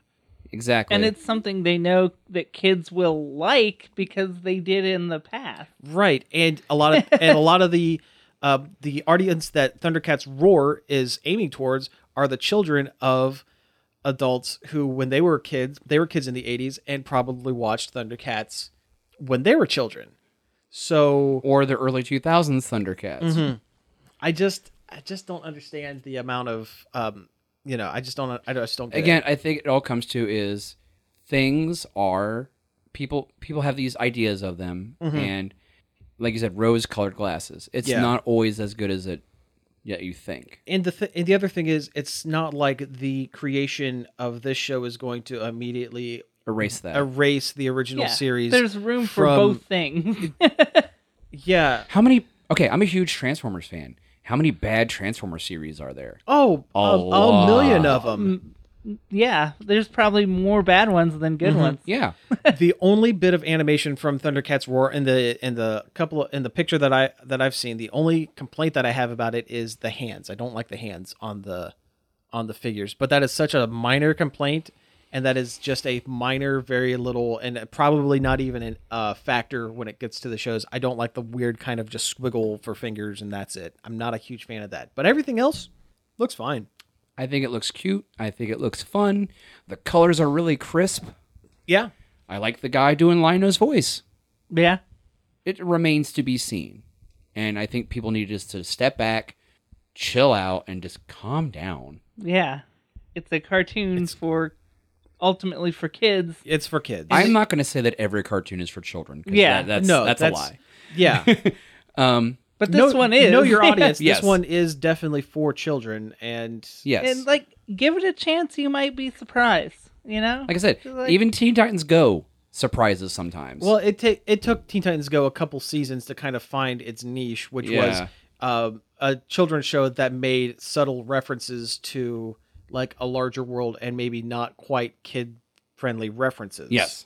Exactly. and it's something they know that kids will like because they did in the past. Right, and a lot of and a lot of the uh, the audience that Thundercats Roar is aiming towards are the children of adults who, when they were kids, they were kids in the '80s and probably watched Thundercats when they were children. So or the early 2000s Thundercats. I just I just don't understand the amount of um you know I just don't I just don't get it. Again, I think it all comes to is things are people people have these ideas of them and like you said rose colored glasses. It's Yeah. not always as good as it yeah, you think. and the th- and the other thing is it's not like the creation of this show is going to immediately Erase that. erase the original Yeah. series. There's room for from- both things. yeah. How many? Okay, I'm a huge Transformers fan. How many bad Transformers series are there? Oh, a, a lot. million of them. yeah, there's probably more bad ones than Mm-hmm. good ones. Yeah, the only bit of animation from Thundercats Roar in the in the couple of, in the picture that I that I've seen, the only complaint that I have about it is the hands. I don't like the hands on the on the figures, but that is such a minor complaint, and that is just a minor, very little, and probably not even a uh, factor when it gets to the shows. I don't like the weird kind of just squiggle for fingers, and that's it. I'm not a huge fan of that, but everything else looks fine. I think it looks cute. I think it looks fun. The colors are really crisp. Yeah, I like the guy doing Lino's voice. Yeah. It remains to be seen, and I think people need just to step back, chill out, and just calm down. Yeah. It's a cartoon for ultimately for kids. it's for kids. I'm not going to say that every cartoon is for children. 'cause Yeah, that- that's, no, that's, that's- a lie. yeah. Um, But this know, one is. know your audience. Yes. This one is definitely for children, and yes, and like give it a chance, you might be surprised, you know? like I said, like- even Teen Titans Go surprises sometimes. well, it ta- it took Teen Titans Go a couple seasons to kind of find its niche, which Yeah. was um, a children's show that made subtle references to like a larger world and maybe not quite kid friendly references. yes,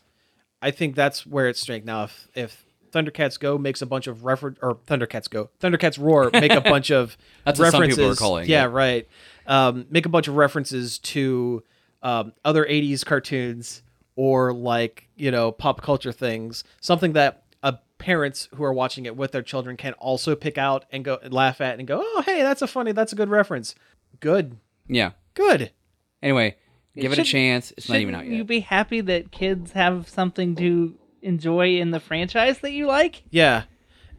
I think that's where it's strength. Now, if if Thundercats Go makes a bunch of refer or Thundercats Go, Thundercats Roar make a bunch of That's what some references. people are calling yeah, it. right. Um, make a bunch of references to um, other '80s cartoons or like you know pop culture things. Something that uh, parents who are watching it with their children can also pick out and go and laugh at and go, oh hey, that's a funny, that's a good reference. Good, Yeah. good. Anyway, give it a Shouldn't- chance. It's not even out Shouldn't yet. You be happy that kids have something to enjoy in the franchise that you like. Yeah.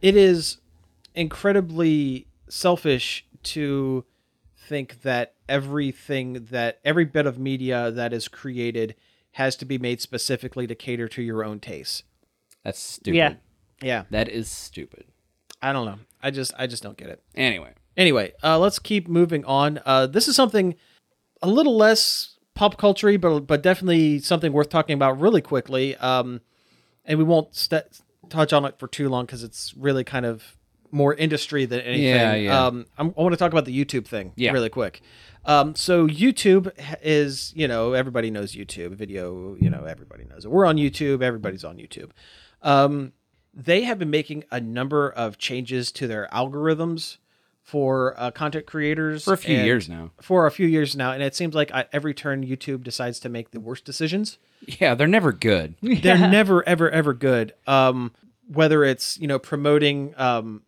It is incredibly selfish to think that everything that every bit of media that is created has to be made specifically to cater to your own taste. That's stupid. Yeah. Yeah. That is stupid. I don't know. I just I just don't get it. Anyway, Anyway, uh, let's keep moving on. Uh, this is something a little less pop culture but but definitely something worth talking about really quickly. Um, and we won't st- touch on it for too long because it's really kind of more industry than anything. Yeah, yeah. Um, I'm, I want to talk about the YouTube thing Yeah. really quick. Um, so YouTube h- is, you know, everybody knows YouTube video. You know, everybody knows it. We're on YouTube. Everybody's on YouTube. Um, they have been making a number of changes to their algorithms for uh, content creators for a few and- years now. for a few years now, and it seems like at every turn YouTube decides to make the worst decisions. Yeah, they're never good. They're never, ever, ever good. Um, whether it's you know promoting um,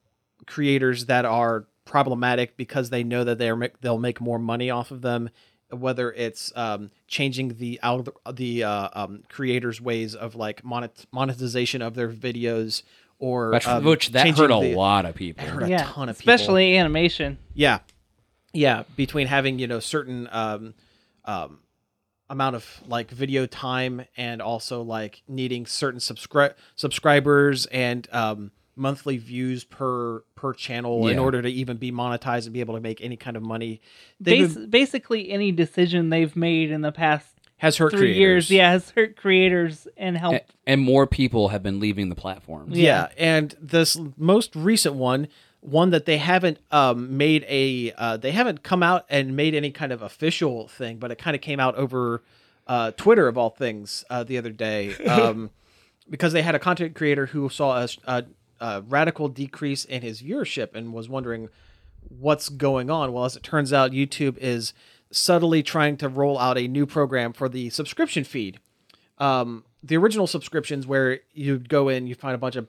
creators that are problematic because they know that they're make, they'll make more money off of them, whether it's um, changing the alg- the uh, um, creators' ways of like monet- monetization of their videos, or Which, um, which that changing hurt a the- lot of people. hurt a yeah, ton of people. especially animation. Yeah, yeah. Between having you know certain um, um, amount of like video time and also like needing certain subscri- subscribers and um, monthly views per per channel in Yeah. order to even be monetized and be able to make any kind of money. They've Bas- basically, any decision they've made in the past has hurt three creators. years, yeah, has hurt creators and A- helped. And, more people have been leaving the platform. Yeah. and this most recent one, one that they haven't um, made a, uh, they haven't come out and made any kind of official thing, but it kind of came out over uh, Twitter of all things uh, the other day, um, because they had a content creator who saw a, s- a- a radical decrease in his viewership and was wondering what's going on. Well, as it turns out, YouTube is subtly trying to roll out a new program for the subscription feed um, the original subscriptions where you'd go in, you find a bunch of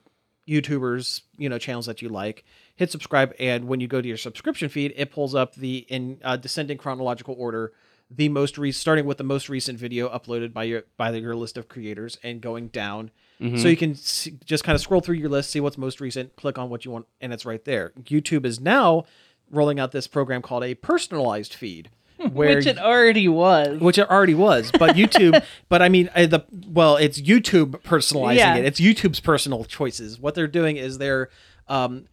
YouTubers, you know, channels that you like, hit subscribe, and when you go to your subscription feed, it pulls up the in uh, descending chronological order, the most re- starting with the most recent video uploaded by your by your list of creators and going down, Mm-hmm. so you can s just kind of scroll through your list, see what's most recent, click on what you want, and it's right there. YouTube is now rolling out this program called a personalized feed. Where Hmm. Which it already was. which it already was but youtube but i mean uh, the well it's youtube personalizing Yeah. it it's youtube's personal choices what they're doing is they're um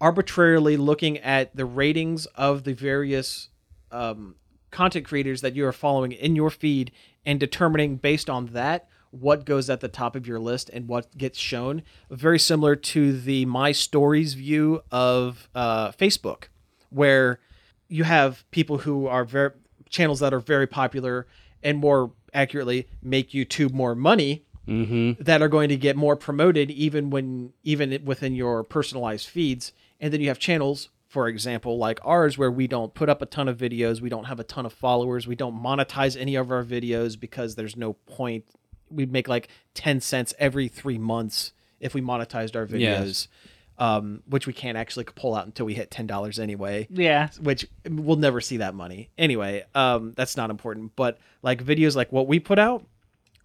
arbitrarily looking at the ratings of the various um content creators that you are following in your feed and determining based on that what goes at the top of your list and what gets shown very similar to the my stories view of uh, facebook where you have people who are very channels that are very popular and more accurately make YouTube more money that are going to get more promoted even when even within your personalized feeds and then you have channels for example like ours where we don't put up a ton of videos we don't have a ton of followers we don't monetize any of our videos because there's no point we make like 10 cents every 3 months if we monetized our videos Yes. um, which we can't actually pull out until we hit $10 anyway yeah, which we'll never see that money anyway um that's not important but like videos like what we put out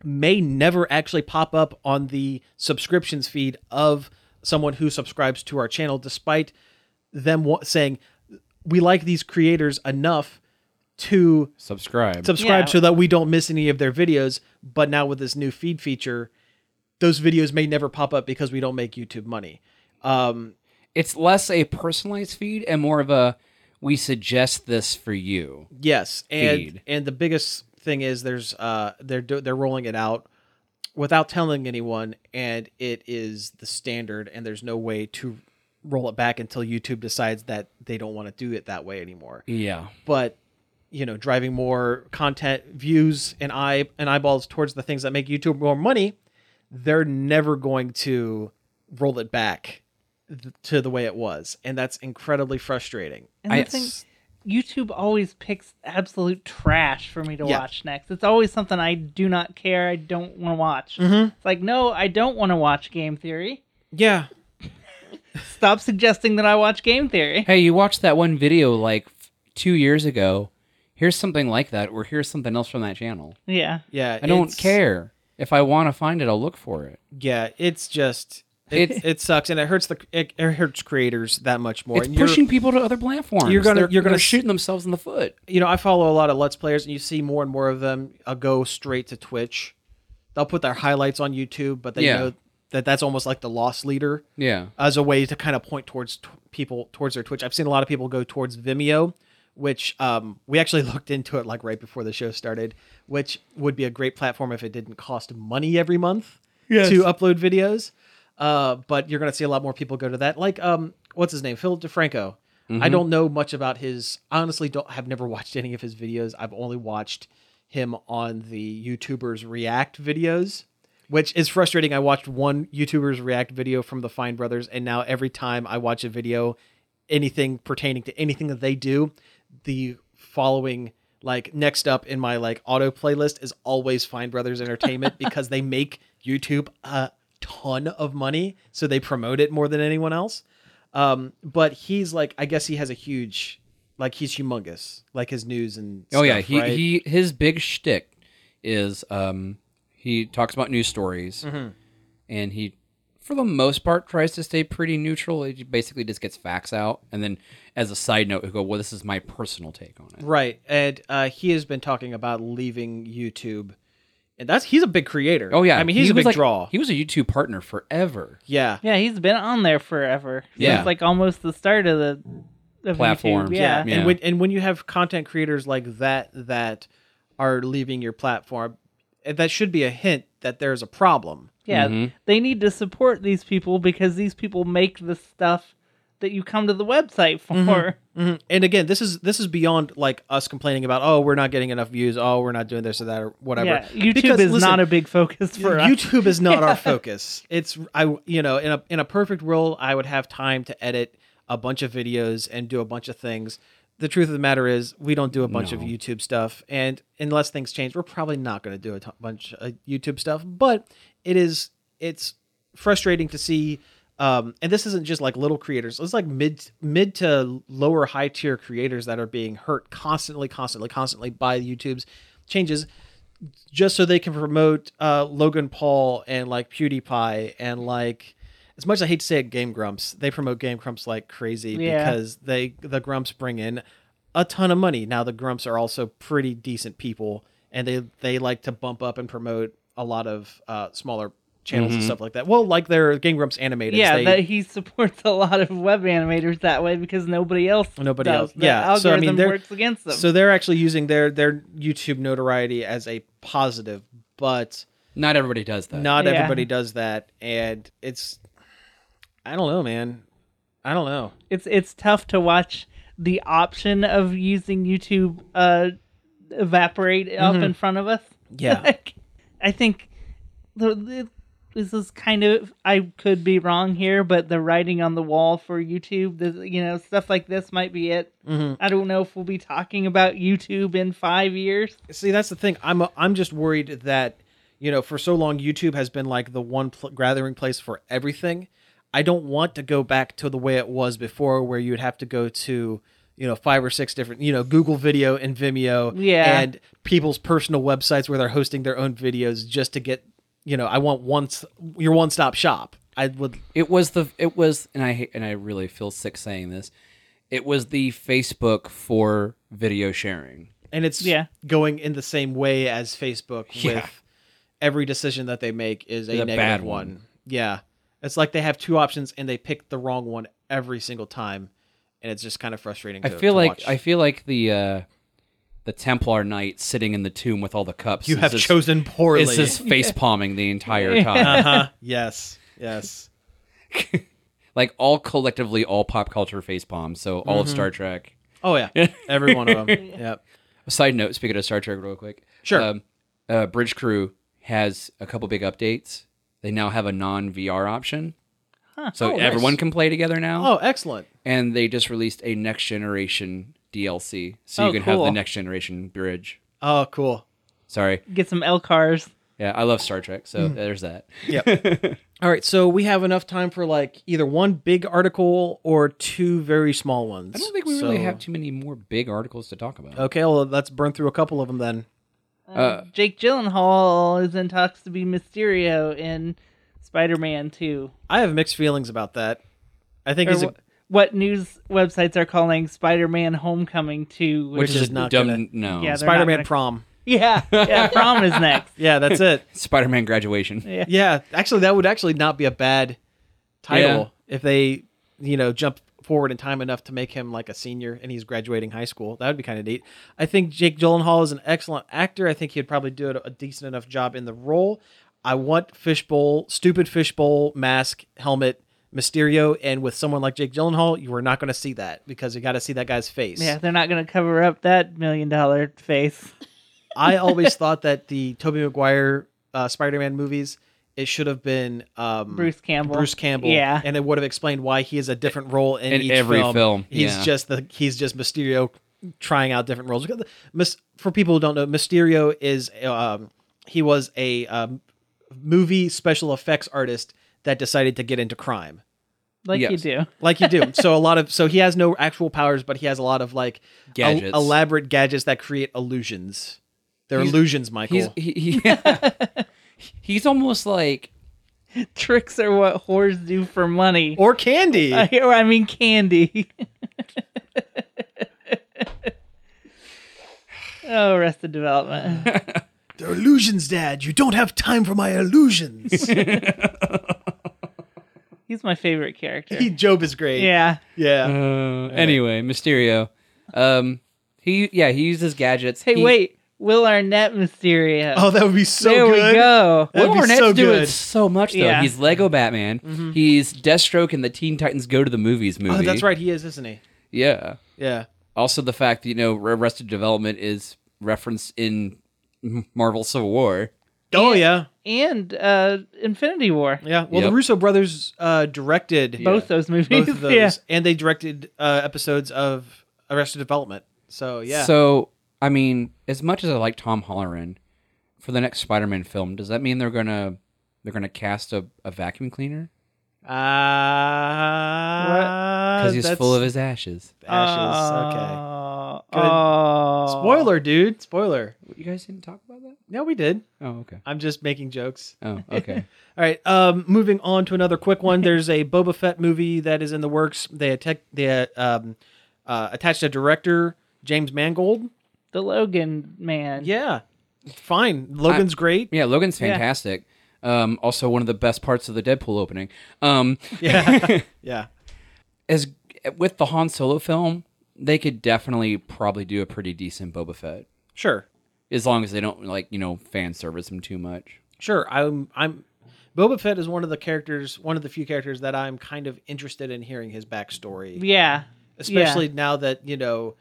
may never actually pop up on the subscriptions feed of someone who subscribes to our channel despite them wa- saying we like these creators enough to Subscribe. subscribe Yeah. so that we don't miss any of their videos but now with this new feed feature those videos may never pop up because we don't make youtube money um it's less a personalized feed and more of a we suggest this for you. Yes, and feed. and the biggest thing is there's uh they're do- they're rolling it out without telling anyone, and it is the standard, and there's no way to roll it back until YouTube decides that they don't want to do it that way anymore. Yeah. But you know, driving more content views and eye and eyeballs towards the things that make YouTube more money, they're never going to roll it back th- to the way it was, and that's incredibly frustrating. And I- the thing, YouTube always picks absolute trash for me to Yeah. watch next. It's always something I do not care. I don't want to watch. Mm-hmm. It's like, no, I don't want to watch Game Theory. Yeah, Stop suggesting that I watch Game Theory. Hey, you watched that one video like f- two years ago. Here's something like that, or here's something else from that channel. Yeah. yeah. I don't it's- care. If I want to find it, I'll look for it. Yeah, it's just it, It's- it sucks, and it hurts the it, it hurts creators that much more. It's and you're- pushing people to other platforms. you're gonna- They're- you're gonna they're s- shooting themselves in the foot. you know, I follow a lot of Let's Players, and you see more and more of them uh, go straight to Twitch. They'll put their highlights on YouTube, but they Yeah. know that that's almost like the lost leader Yeah. as a way to kind of point towards t- people towards their Twitch. I've seen a lot of people go towards Vimeo, which um, we actually looked into it like right before the show started, which would be a great platform if it didn't cost money every month to upload videos. Uh, but you're going to see a lot more people go to that. Like, um, what's his name? Phil DeFranco. I don't know much about his. Honestly, don't have never watched any of his videos. I've only watched him on the YouTubers React videos which is frustrating. I watched one YouTuber's React video from the Fine Brothers, and now every time I watch a video, anything pertaining to anything that they do, the following like next up in my like auto playlist is always Fine Brothers Entertainment because they make YouTube a ton of money, so they promote it more than anyone else. Um, but he's like, I guess he has a huge, like he's humongous, like his news and Oh yeah, stuff, he, right? he his big shtick is um he talks about news stories, Mm-hmm. and he for the most part tries to stay pretty neutral. He basically just gets facts out, and then as a side note, he'll go, "Well, this is my personal take on it." Right, and uh, he has been talking about leaving YouTube, and that's he's a big creator. Oh yeah, I mean he's He a was big like- draw. He was a YouTube partner forever. yeah, Yeah, he's been on there forever. Since, Yeah. like almost the start of the of Platforms. YouTube. Yeah. Yeah. and when and when you have content creators like that that are leaving your platform, that should be a hint that there's a problem. Yeah, Mm-hmm. they need to support these people because these people make the stuff that you come to the website for. Mm-hmm. Mhm. And again, this is this is beyond like us complaining about oh we're not getting enough views, oh we're not doing this or that or whatever. Yeah, YouTube Because, is listen, not a big focus for uh, us. YouTube is not our focus. It's I you know in a in a perfect world I would have time to edit a bunch of videos and do a bunch of things. The truth of the matter is we don't do a bunch of No. YouTube stuff, and unless things change, we're probably not going to do a t- bunch of YouTube stuff. But it is it's frustrating to see. Um, and this isn't just like little creators. It's like mid mid to lower high tier creators that are being hurt constantly, constantly, constantly by YouTube's changes just so they can promote uh, Logan Paul and like PewDiePie and like as much as I hate to say it, Game Grumps, they promote Game Grumps like crazy Yeah. because they the Grumps bring in a ton of money. Now the Grumps are also pretty decent people and they they like to bump up and promote a lot of uh, smaller channels and stuff like that. Well, like their Game Grumps animated. yeah, they, that he supports a lot of web animators that way because nobody else. Nobody does. else- The yeah, algorithm so, I mean, they're- works against them. so they're actually using their their YouTube notoriety as a positive, but Not everybody does that. not Yeah. everybody does that and it's i don't know man i don't know it's it's tough to watch the option of using YouTube uh, evaporate up in front of us. Yeah. Like, I think the, the, this is kind of I could be wrong here, but the writing on the wall for YouTube, the, you know, stuff like this might be it. I don't know if we'll be talking about YouTube in five years. see that's the thing i'm i'm just worried that you know for so long youtube has been like the one pl- gathering place for everything i don't want to go back to the way it was before where you'd have to go to you know five or six different you know google video and vimeo Yeah. and people's personal websites where they're hosting their own videos just to get you know i want once your one-stop shop i would It was the it was and I hate- and I really feel sick saying this. It was the Facebook for video sharing. and it's Yeah. going in the same way as Facebook Yeah. with every decision that they make is a Is a negative bad one. one. Yeah, it's like they have two options and they pick the wrong one every single time, and it's just kind of frustrating. I to- feel to like watch. I feel like the uh, the Templar Knight sitting in the tomb with all the cups. you is have just- chosen poorly. Is just face palming the entire time, uh-huh. yes, yes, like all collectively, all pop culture face palms. So all Mm-hmm. of Star Trek. oh yeah, every one of them. Yep. Side note: um, Speaking of Star Trek, real quick. Sure. Um, uh, Bridge Crew has a couple big updates. They now have a non VR option. So everyone can play together now. Oh, excellent. And they just released a next generation DLC. So you Oh, can have cool. the next generation bridge. Oh, cool. Sorry. Get some L cars. Yeah, I love Star Trek. Hmm. So there's that. All right, so we have enough time for like either one big article or two very small ones. I don't think we really So- have too many more big articles to talk about. Okay, well, let's burn through a couple of them then. Uh, Jake Gyllenhaal is in talks to be Mysterio in Spider Man 2. I have mixed feelings about that. I think Or it's a, wh- what news websites are calling Spider Man Homecoming 2. Which, Which is not dumb. gonna- No. Yeah, they're not Spider-Man gonna- prom. Yeah, yeah, prom is next. Yeah, that's it. Spider Man graduation. yeah, actually, that would actually not be a bad title if they, you know, jump forward in time enough to make him like a senior and he's graduating high school. That would be kind of neat. I think Jake Gyllenhaal is an excellent actor. I think he'd probably do a- a decent enough job in the role. I want fishbowl, stupid fishbowl mask, helmet, Mysterio, and with someone like Jake Gyllenhaal, you are not going to see that because you got to see that guy's face. Yeah, they're not going to cover up that million dollar face. I always thought that the Tobey Maguire uh, Spider-Man movies, it should have been um, Bruce Campbell. Bruce Campbell. Yeah. and it would have explained why he is a different role in, In each every film, He's yeah. just the he's just Mysterio trying out different roles. Because the- Mys- For people who don't know, Mysterio is um, he was a um, movie special effects artist that decided to get into crime Like you Yes. do. like you do. so a lot of so he has no actual powers, but he has a lot of like el- Gadgets. elaborate gadgets that create illusions. They're He's- illusions, Michael. He's he, he, he's almost like Tricks are what whores do for money. or candy. I, or I mean, candy. oh, Arrested Development. They're illusions, Dad. You don't have time for my illusions. He's my favorite character. he, Job is great. Yeah. Yeah. Uh, anyway, Mysterio. Um, he yeah he uses gadgets. Hey, He- wait. Will Arnett Mysterio. Oh, that would be so there good. we go. That'd Will be Arnett's so doing good. so much though. Yeah. He's Lego Batman. He's Deathstroke in the Teen Titans Go to the Movies movie. Mm-hmm. Oh, that's right. He is, isn't he? Yeah. Yeah. Also, the fact that you know Arrested Development is referenced in M- Marvel Civil War. Oh yeah, And uh, Infinity War. yeah. Well, Yep. the Russo brothers uh, directed Both those movies. both of those, Yeah. and they directed uh, episodes of Arrested Development. So yeah, So I mean, as much as I like Tom Holleran for the next Spider-Man film, does that mean they're gonna they're gonna cast a, a vacuum cleaner Uh, Ah, because he's that's- full of his ashes? ashes. okay. Oh, Good. oh. Spoiler, dude. Spoiler. You guys didn't talk about that? No, we did. Oh, okay. I'm just making jokes. Oh, okay. All right. Um, moving on to another quick one. There's a Boba Fett movie that is in the works. They attack. They uh, um, uh, attached a director, James Mangold. The Logan man. Yeah, fine. Logan's great. yeah, Logan's fantastic. Um, also one of the best parts of the Deadpool opening. Um, Yeah, yeah. as with the Han Solo film, they could definitely probably do a pretty decent Boba Fett, Sure, as long as they don't like you know fan service him too much. sure. I'm. I'm. Boba Fett is one of the characters, one of the few characters that I'm kind of interested in hearing his backstory. Yeah. especially now that you know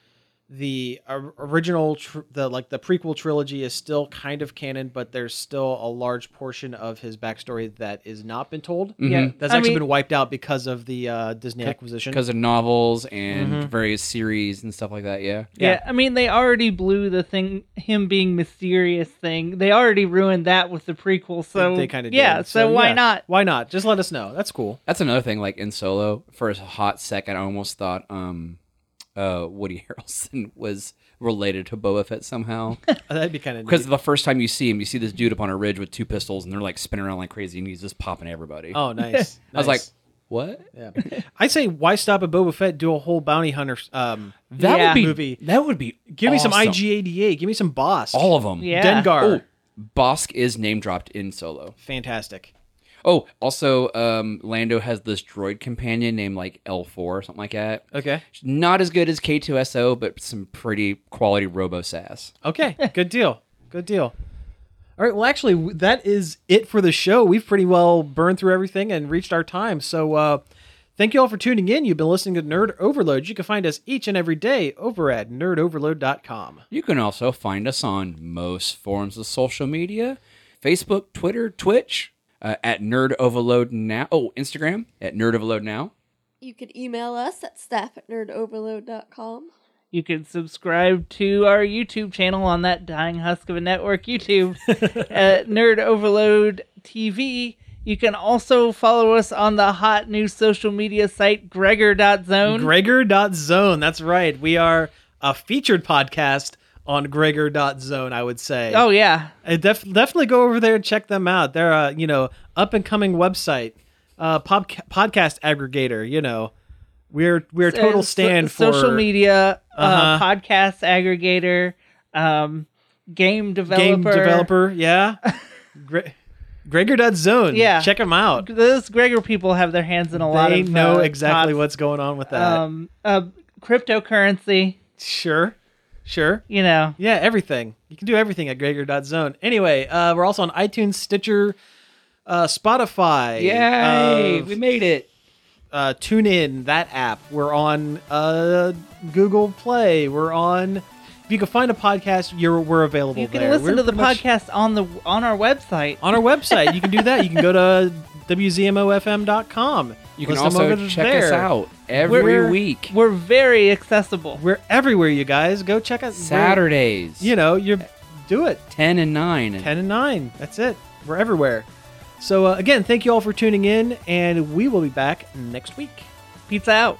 the or- original tr- the like the prequel trilogy is still kind of canon but there's still a large portion of his backstory that is not been told Mm-hmm. Yeah. that's I actually mean- been wiped out because of the uh, disney acquisition because of novels and Mm-hmm. various series and stuff like that. Yeah, Yeah. Yeah. I mean they already blew the thing him being mysterious thing. They already ruined that with the prequel, so they kind of yeah, did. so, why yeah, not? why not just let us know that's cool that's another thing. Like in Solo, for a hot second, I almost thought um, uh, Woody Harrelson was related to Boba Fett somehow. Uh, that'd be kind of Because the first time you see him, you see this dude up on a ridge with two pistols, and they're like spinning around like crazy, and he's just popping everybody. oh nice I was like, Nice. what? yeah. i'd say why stop at boba fett do a whole bounty hunter um That Yeah. would be Movie. That would be. give me some awesome. ig88 give me some boss All of them. Yeah. dengar Oh, Bosk is name dropped in Solo. fantastic Oh, also, um, Lando has this droid companion named like L4 or something like that. okay Not as good as K2SO, but some pretty quality robo sass. Okay, good deal. Good deal. All right. Well, actually, w- that is it for the show. We've pretty well burned through everything and reached our time. So, uh, thank you all for tuning in. You've been listening to Nerd Overload. You can find us each and every day over at nerdoverload.com. You can also find us on most forms of social media Facebook, Twitter, Twitch. uh, at Nerd Overload Now. Oh, Instagram at Nerd Overload Now. You could email us at staff at nerdoverload.com. You can subscribe to our YouTube channel on that dying husk of a network, YouTube, at Nerd Overload TV. You can also follow us on the hot new social media site, Gregor.zone. Gregor.zone. That's right. We are a featured podcast on Gregor.zone, I would say. oh, yeah. I Uh, def- definitely go over there and check them out. They're a you know up and coming website, uh, pop- podcast aggregator. You know, we're we're a total Uh, so- stand for social media, uh Uh-huh. podcast aggregator, um, game developer. game developer. Yeah, Gre- Gregor.zone. Yeah. check them out. Those Gregor people have their hands in a lot They of know uh, exactly pots. what's going on with that. um, uh, cryptocurrency. sure, sure. You know, Yeah, everything. You can do everything at Gregor.zone. Anyway, uh, we're also on iTunes, Stitcher, uh, Spotify. Yay! uh, we made it. uh, tune in that app we're on uh, google play we're on if you can find a podcast you're we're available you can there. listen We're to the pretty much podcast on the on our website. on our website you can do that you can go to wzmofm.com You can Listen also over check us there. out every We're- week. We're very accessible. we're everywhere you guys go check us we're- Saturdays. you know you're do it 10 and 9. 10 and 9 that's it we're everywhere so uh, again thank you all for tuning in and we will be back next week Pizza out.